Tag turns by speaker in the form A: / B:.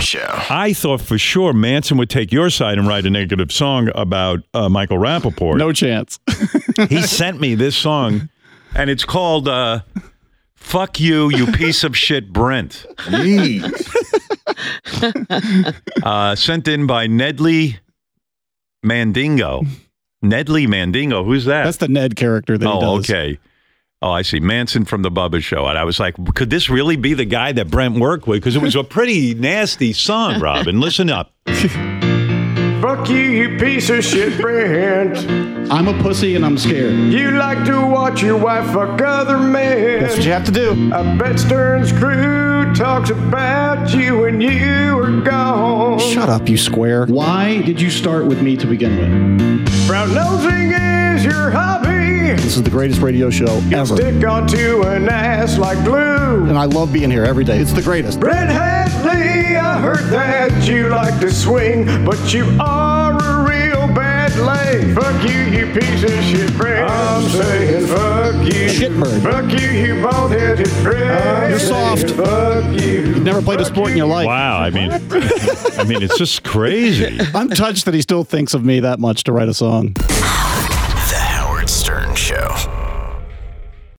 A: show.
B: I thought for sure Manson would take your side and write a negative song about uh, Michael Rappaport.
C: No chance.
B: he sent me this song, and it's called uh, "Fuck You, You Piece of Shit, Brent." Uh, sent in by Nedley Mandingo. Nedley Mandingo, who's that?
C: That's the Ned character that he
B: oh,
C: does.
B: okay. Oh, I see. Manson from the Bubba Show, and I was like, could this really be the guy that Brent worked with? Because it was a pretty nasty song, Robin. Listen up.
D: Fuck you, you piece of shit, Brent.
C: I'm a pussy and I'm scared.
D: You like to watch your wife fuck other men.
C: That's what you have to do.
D: I bet Stern's crew talks about you when you are gone.
C: Shut up, you square. Why did you start with me to begin with?
D: Brown nosing is your hobby.
C: This is the greatest radio show ever.
D: Stick onto an ass like glue.
C: And I love being here every day. It's the greatest.
D: Brent Hadley, I heard that you like to swing, but you are a real bad lay. Fuck you, you piece of shit, Brent. I'm saying fuck you.
C: Shitbird. Uh,
D: Fuck you, you bald-headed prick.
C: You're soft.
D: Fuck you.
C: You've never played a sport in your life.
B: Wow, I mean, I mean, it's just crazy.
C: I'm touched that he still thinks of me that much to write a song.